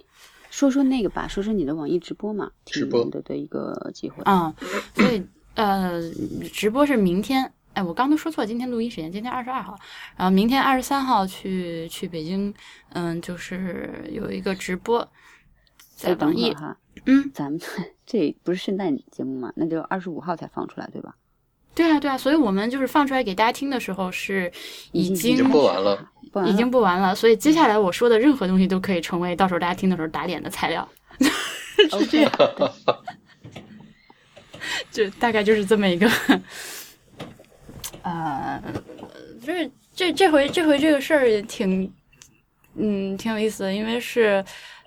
说说那个吧，说说你的网易直播嘛，直播挺难得的一个机会。啊、所以呃，直播是明天。哎，我刚都说错，今天录音时间，今天二十二号，然后明天二十三号去去北京，嗯，就是有一个直播，在哎等网会易儿，哈，嗯，咱们 这不是圣诞节目嘛，那就二十五号才放出来，对吧？对啊，对啊，所以我们就是放出来给大家听的时候是已经已经播完了，播完已了经播完了，所嗯以接下来我说的任何东西都可以成为到时候大家听的时候打脸的材料，是这样。对就大概就是这么一 个，呃，这这这回这回这个事儿也挺，嗯，挺有意思的，因为是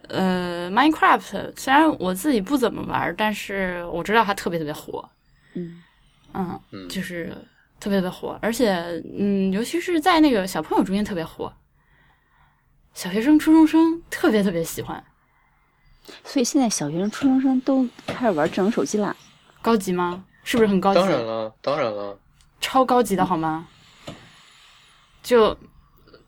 呃，Minecraft 虽然我自己不怎么玩儿，但是我知道它特别特别火，嗯嗯，嗯就是特别特别火，而且嗯，尤其是在那个小朋友中间特别火，小学生、初中生特别特别喜欢，所以现在小学生、初中生都开始玩智能手机啦。高级吗？是不是很高级？ 当然了，当然了，超高级的好吗？就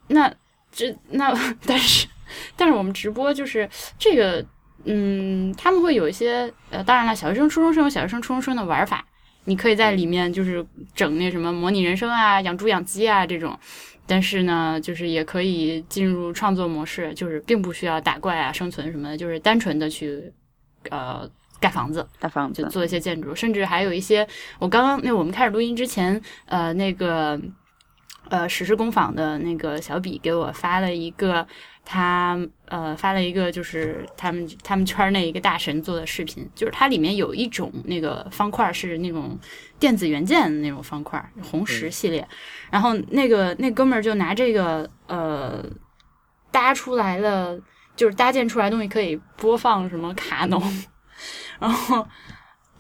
那这那，但是但是我们直播就是这个，嗯，他们会有一些呃，当然了，小学生、初中生有小学生、初中生的玩法，你可以在里面就是整那什么模拟人生啊、养猪养鸡啊这种。但是呢，就是也可以进入创作模式，就是并不需要打怪啊、生存什么的，就是单纯的去，呃，盖房子。大房就子，做一些建筑，甚至还有一些我刚刚那我们开始录音之前，呃，那个呃史诗工坊的那个小比给我发了一个他呃发了一个就是他们他们圈内一个大神做的视频，就是它里面有一种那个方块是那种电子元件的那种方块，红石系列，然后那个那哥们儿就拿这个呃搭出来了。就是搭建出来的东西可以播放什么卡农，然后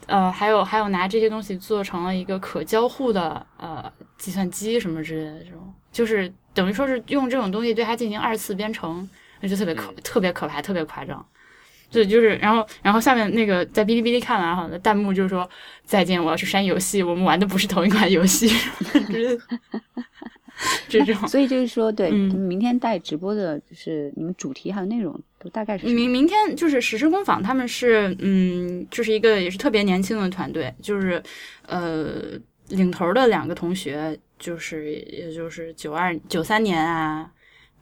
呃，还有还有拿这些东西做成了一个可交互的呃计算机什么之类的这种，就是等于说是用这种东西对它进行二次编程，那就特别可、特别可怕，特别夸张。对，就是，然后，然后下面那个在哔哩哔哩看完哈，弹幕就是说再见，我要去删游戏，我们玩的不是同一款游戏， 就是这种。所以就是说，对，嗯你们明天带直播的，就是你们主题还有内容都大概是什么嗯明明天就是史诗工坊，他们是嗯，就是一个也是特别年轻的团队，就是呃，领头的两个同学，就是也就是九二九三年啊，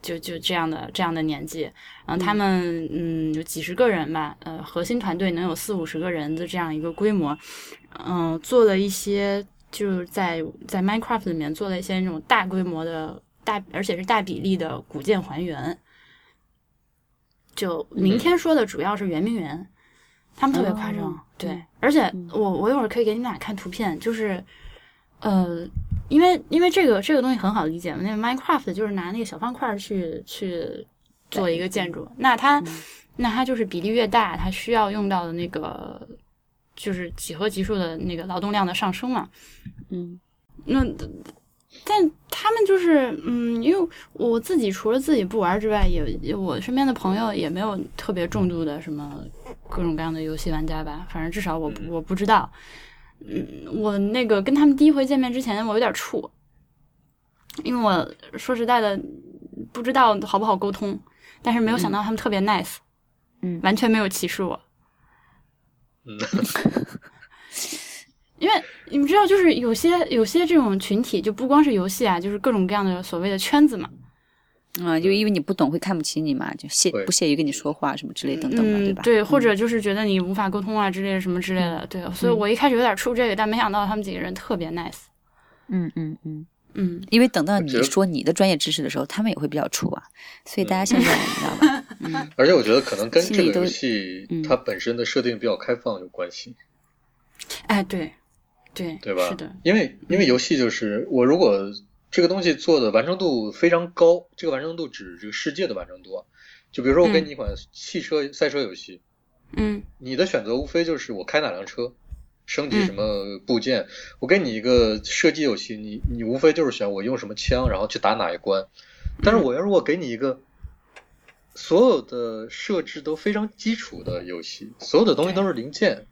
就就这样的这样的年纪，然后他们嗯有几十个人吧，呃，核心团队能有四五十个人的这样一个规模，嗯、做了一些就是在在 Minecraft 里面做了一些那种大规模的大，而且是大比例的古建还原。就明天说的主要是圆明园，他们特别夸张，哦对嗯，而且我我一会儿可以给你们俩看图片，就是呃，因为因为这个这个东西很好理解嘛，那个 Minecraft 就是拿那个小方块儿去去做一个建嗯筑，那它、那它就是比例越大，它需要用到的那个就是几何级数的那个劳动量的上升嘛。嗯，那但他们就是嗯，因为我自己除了自己不玩之外，也也我身边的朋友也没有特别重度的什么各种各样的游戏玩家吧，反正至少我不我不知道。嗯，我那个跟他们第一回见面之前，我有点怵，因为我说实在的不知道好不好沟通，但是没有想到他们特别 nice，嗯完全没有歧视我。 嗯，因为你们知道，就是有些有些这种群体，就不光是游戏啊，就是各种各样的所谓的圈子嘛。啊，就因为你不懂会看不起你嘛，就屑对不屑于跟你说话什么之类等等的，嗯，对吧？或者就是觉得你无法沟通啊之类的什么之类的，对。所以我一开始有点怵这个，但没想到他们几个人特别 nice。嗯嗯嗯，嗯，因为等到我你觉得说你的专业知识的时候，他们也会比较怵啊，所以大家现在你知道吧？嗯 而且我觉得可能跟心这里个都游戏嗯它本身的设定比较开放有关系，哎，对，对，对吧？是的，因为因为游戏就是我如果这个东西做的完成度非常高，这个完成度指这个世界的完成度啊，就比如说我给嗯你一款汽车赛车游戏，嗯你的选择无非就是我开哪辆车，升嗯级什么部件。我给你一个射击游戏，你你无非就是选我用什么枪，然后去打哪一关。但是我要如果给你一个所有的设置都非常基础的游戏，所有的东西都是零件，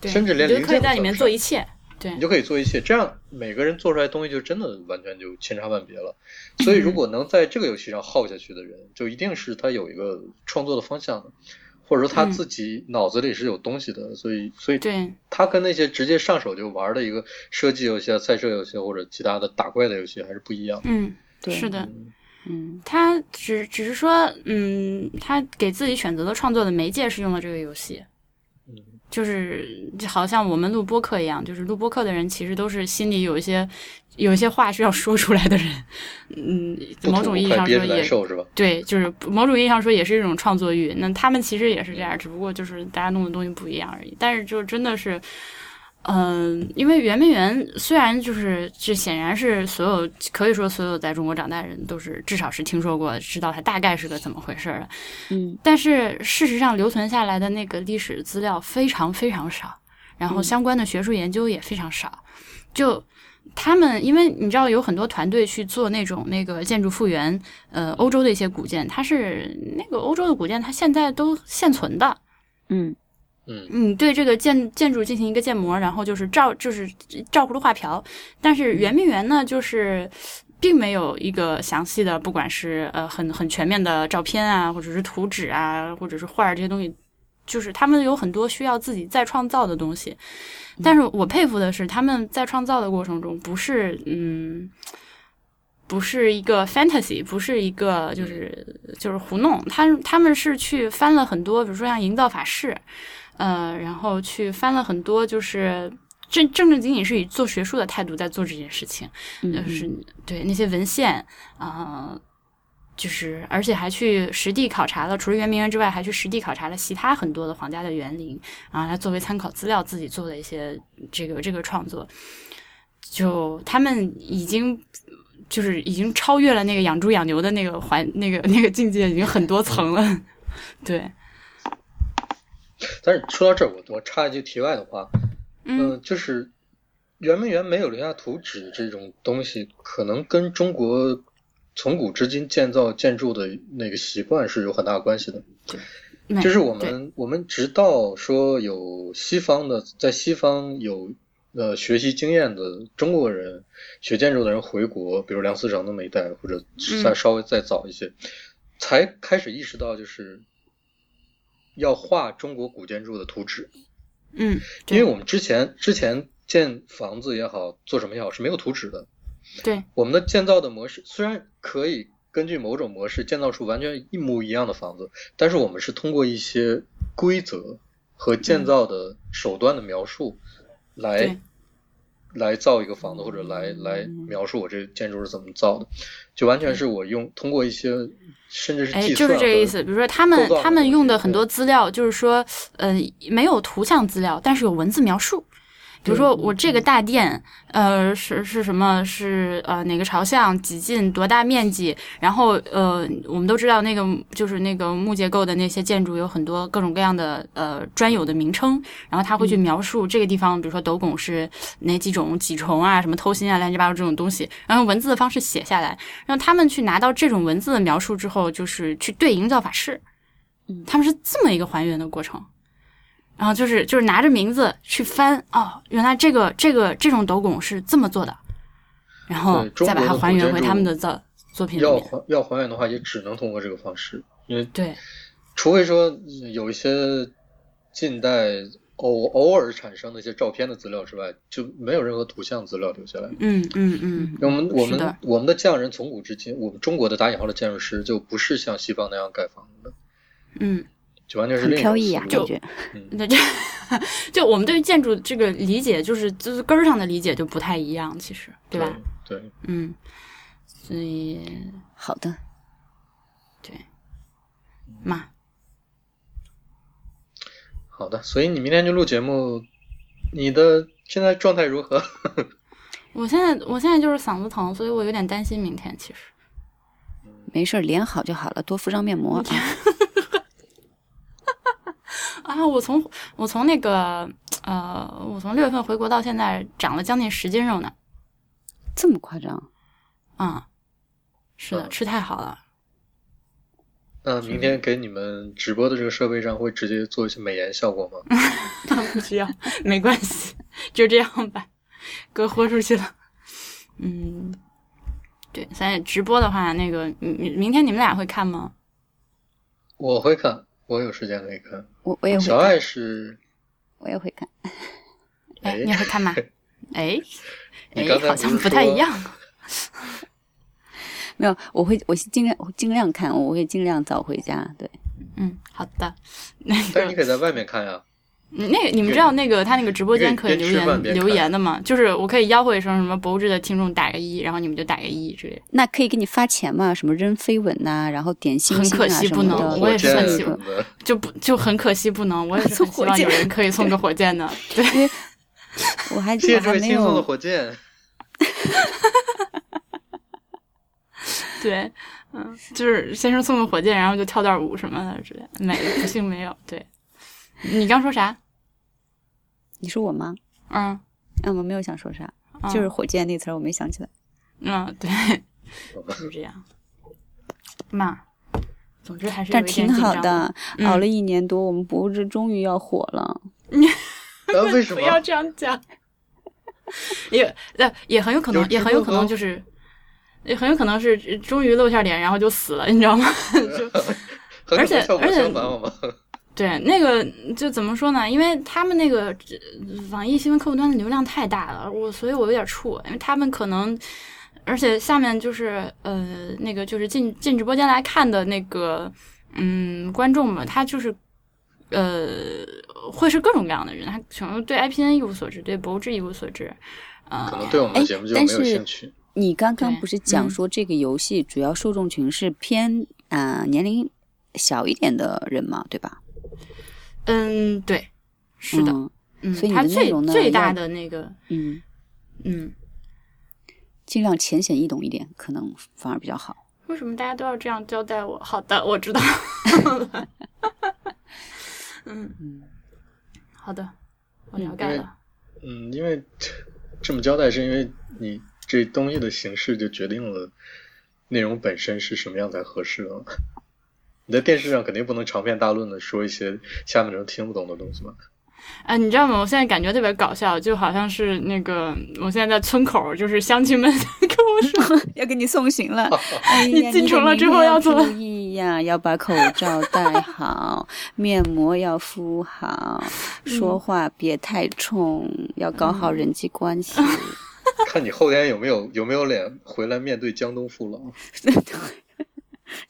对，甚至连你就零可以件都在里算面不做上一切。对你，就可以做一切，这样每个人做出来的东西就真的完全就千差万别了。所以如果能在这个游戏上耗下去的人，就一定是他有一个创作的方向的，或者说他嗯自己脑子里是有东西的。所以，所以对，他跟那些直接上手就玩的一个射击游戏、啊、赛车游戏或者其他的打怪的游戏还是不一样的。嗯，对是的。嗯他只只是说，嗯，他给自己选择的创作的媒介是用了这个游戏，就是就好像我们录播客一样，就是录播客的人其实都是心里有一些有一些话是要说出来的人，嗯，不某吐种不意义快，上说憋着难也受是吧？对，就是某种意义上说也是一种创作欲。那他们其实也是这样，只不过就是大家弄的东西不一样而已。但是就真的是，嗯、因为圆明园虽然就是这显然是所有可以说所有在中国长大的人都是至少是听说过，知道它大概是个怎么回事儿的，啊嗯，但是事实上留存下来的那个历史资料非常非常少，然后相关的学术研究也非常少，就。他们因为你知道有很多团队去做那种那个建筑复原，呃，欧洲的一些古建，它是那个欧洲的古建，它现在都现存的，嗯嗯，你对这个建建筑进行一个建模，然后就是照就是照葫芦画瓢。但是圆明园呢，就是并没有一个详细的，不管是呃很很全面的照片啊，或者是图纸啊，或者是画儿这些东西，就是他们有很多需要自己再创造的东西。但是我佩服的是，他们在创造的过程中，不是嗯。不是一个 fantasy，不是一个就是就是胡弄，他他们是去翻了很多，比如说像营造法式，呃，然后去翻了很多，就是正正正经经是以做学术的态度在做这件事情，嗯就是对那些文献啊、呃就是而且还去实地考察了，除了圆明园之外，还去实地考察了其他很多的皇家的园林，然后来作为参考资料自己做的一些这个这个创作，就他们已经。就是已经超越了那个养猪养牛的那个环那个那个境界，已经很多层了。 对，但是说到这儿，我我插一句题外的话，嗯呃，就是圆明园没有留下图纸这种东西，可能跟中国从古至今建造建筑的那个习惯是有很大关系的。没就是我对们我们直到说有西方的，在西方有呃学习经验的中国人学建筑的人回国，比如梁思成那么一代，或者再嗯稍微再早一些，才开始意识到就是要画中国古建筑的图纸，嗯，因对为我们之前之前建房子也好，做什么也好是没有图纸的。对我们的建造的模式虽然可以根据某种模式建造出完全一模一样的房子，但是我们是通过一些规则和建造的手段的描述来、对来造一个房子，或者来来描述我这建筑是怎么造的，就完全是我用通过一些甚至是哎，计就算是这个意和思。比如说，他们构造的他们东用西的很对多资料，就是说，呃，没有图像资料，但是有文字描述。比如说，我这个大殿，呃，是是什么？是呃哪个朝向？几进？多大面积？然后呃，我们都知道那个就是那个木结构的那些建筑有很多各种各样的呃专有的名称，然后他会去描述这个地方，比如说斗拱是呃哪几种几重啊，什么偷心啊，乱七八糟这种东西，然后用文字的方式写下来，让他们去拿到这种文字的描述之后，就是去对营造法式，嗯他们是这么一个还原的过程。然后就是就是拿着名字去翻，哦，原来这个这个这种斗拱是这么做的，然后对中再把国它的还古原建回筑他们的造作品里要面。还要还原的话，也只能通过这个方式，因为对，除非说有一些近代偶偶尔产生的一些照片的资料之外，就没有任何图像资料留下来。嗯嗯嗯，我们我是的们我们的匠人从古至今，我们中国的打引号的建筑师就不是像西方那样盖房子的，嗯，就完全是很另一种飘思逸路。啊，那感觉这就我们对建筑这个理解，就是就是根儿上的理解就不太一样，其实对吧？对？对，嗯，所以好的，嘛，好的，所以你明天就录节目，你的现在状态如何？ 我现在我现在就是嗓子疼，所以我有点担心明天。其实没事儿，脸好就好了，多敷张面 膜啊。啊，我从我从那个呃，我从六月份回国到现在，长了将近十斤肉呢。这么夸张？啊、是的，嗯吃太好了。那明天给你们直播的这个设备上会直接做一些美颜效果嗯吗？ 不需要，没关系，就这样吧，哥豁出去了。嗯，对，咱直播的话，那个明明明天你们俩会看吗？我会看，我有时间可以看。我我也会小看，爱是，我也会看。哎哎，你会看吗？哎，哎你刚，才好不是像不太一说样。没有，我会我尽量我尽量看，我会尽量早回家。对，嗯，好的。那但是你个，可以在外面看呀。嗯那个，你们知道那个他那个直播间可以边留边吃饭言边留看言的吗？就是我可以吆喝一声什么博智的听众打个一，然后你们就打个一之类的。那可以给你发钱嘛？什么扔飞吻呐、然后点星星啊很可惜什么不的。能我也是很嗯火箭喜欢什么的就不就很可惜不能，我也是很希火望箭 有人可以送个火箭的。对，因为我还谢谢我这还位没轻松的有，火箭。 对，嗯，就是先是送个火箭，然后就跳段舞什么的之类的，没不幸没有。对，你刚说啥？你说我吗？嗯，嗯，我没有想说啥，嗯就是火箭那词儿我没想起来。嗯，对，就是这样。嘛，总之还是有但一点挺好紧张的，嗯熬了一年多，我们博物志终于要火了。啊，为什不么？要这样讲。 也呃也很有可能有，吃也很有过可能吗就是，也很有可能是呃终于露一下脸，然后就死了，你知道吗？就而很可且能效果而且相反，好吗？对那个就怎么说呢？因为他们那个呃网易新闻客户端的流量太大了，我所以我有点怵，因为他们可能。而且下面就是呃，那个就是进进直播间来看的那个嗯观众嘛，他就是呃会是各种各样的人，他可能对 IPN 一无所知，对博物志一无所知，呃，可能对我们的节目就哎但没有是兴趣。你刚刚对不是讲嗯说这个游戏主要受众群是偏啊、呃年龄小一点的人嘛，对吧？嗯，对，是的，嗯嗯，所以你它的内最容呢最大要的那个，嗯，嗯，尽量浅显易懂一点，可能反而比较好。为什么大家都要这样交代我？好的，我知道。 嗯，嗯，好的，我了解嗯了。嗯，因为这这么交代，是因为你这东西的形式就决定了内容本身是什么样才合适啊。 你在电视上肯定不能长篇大论的说一些下面人听不懂的东西嘛。哎，你知道吗？我现在感觉特别搞笑，就好像是那个我现在在村口，就是乡亲们 跟我说，要给你送行了。哎呀、你进城了之后要要怎么注意呀？要把口罩戴好，面膜要敷好，说话别太冲，要搞好人际关系。看你后天有没有有没有脸回来面对江东父老，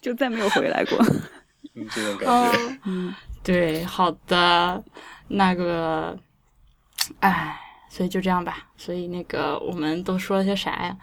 就再没有回来过。嗯，这种感哦觉。， 对，好的，那个，哎，所以就这样吧。所以那个我们都说了些啥呀？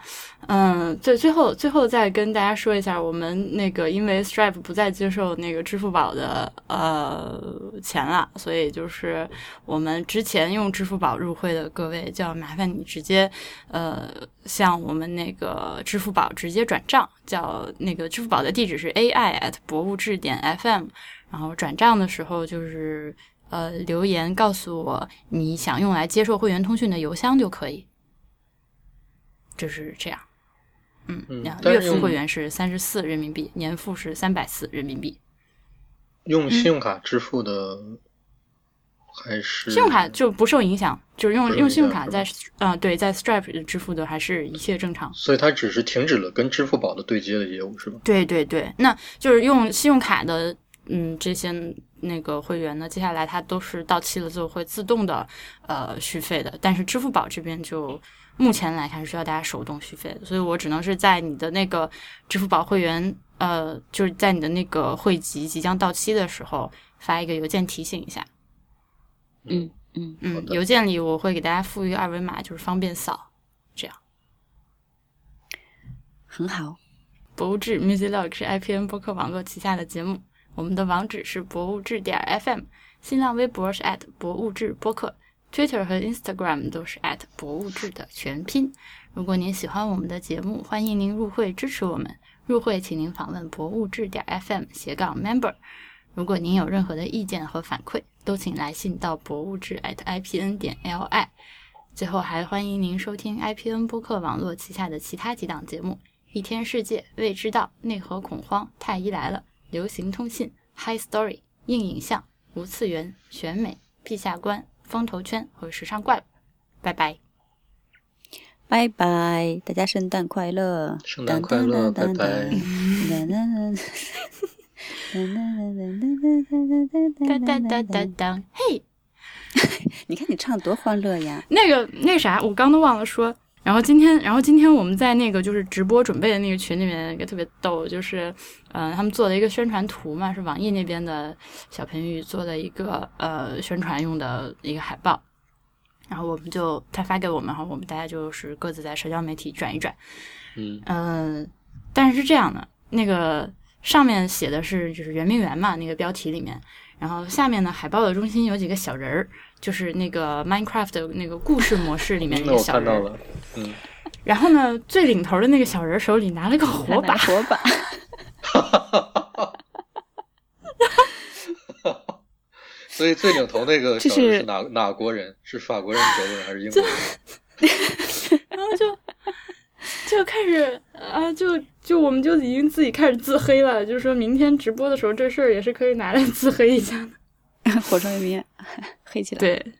嗯，最最后最后再跟大家说一下，我们那个因为 Stripe 不再接受那个支付宝的呃钱了，所以就是我们之前用支付宝入会的各位，就要麻烦你直接呃向我们那个支付宝直接转账，叫那个支付宝的地址是 ai at 博物志点 fm，然后转账的时候就是呃留言告诉我你想用来接受会员通讯的邮箱就可以，就是这样。嗯，嗯然后但月是付用会员是三十四人民币，年付是三百四人民币。嗯用信用卡支付的还是信用卡就不受影响，就是不用受用影信用响卡是在吧啊、对在 Stripe 支付的还是一切正常。所以它只是停止了跟支付宝的对接的业务，是吧？对对对，那就是用信用卡的，嗯，这些那个会员呢，接下来它都是到期了之后会自动的呃续费的，但是支付宝这边就目前来看是要大家手动续费的，所以我只能是在你的那个支付宝会员呃，就是在你的那个会籍即将到期的时候发一个邮件提醒一下。嗯嗯，好嗯，的邮件里我会给大家附一个二维码，就是方便扫。很好。博物志 Music Log 是 IPN 播客网络旗下的节目，我们的网址是博物志点儿 FM，新浪微博是 at 博物志播客，Twitter 和 Instagram 都是 at 博物志的全拼。如果您喜欢我们的节目，欢迎您入会支持我们。入会，请您访问博物志点儿 FM 斜杠 member。如果您有任何的意见和反馈，都请来信到博物志 at IPN 点 LI。最后，还欢迎您收听 IPN 播客网络旗下的其他几档节目。一天世界、未知道、内核恐慌、太医来了、流行通信、High Story、硬影像、无次元、选美、陛下观、风投圈和时尚怪物。拜拜。拜拜，大家圣诞快乐！圣诞快乐当当当当拜拜当当哒哒哒当当当当当当当当当当哒当哒，嘿，你看你唱多欢乐呀！那个那啥，我刚都忘了说。然后今天，然后今天我们在那个就是直播准备的那个群里面，也特别逗，就是，嗯、他们做了一个宣传图嘛，是网易那边的小彭宇做的一个呃宣传用的一个海报，然后我们就他发给我们，然后我们大家就是各自在社交媒体转一转，嗯，嗯，但是是这样的，那个上面写的是就是圆明园嘛，那个标题里面，然后下面呢海报的中心有几个小人儿，就是那个 Minecraft 的那个故事模式里面那那个我小看人到 儿。了，嗯，然后呢，最领头的那个小人儿手里拿了个火把，火 把，所以最领头那个就小人是是哪哪国人？是法国人、德国人还是英国人？然后就 就开始啊，就就我们就已经自己开始自黑了，就是说明天直播的时候这事儿也是可以拿来自黑一下的。 火中有明，黑起来。对，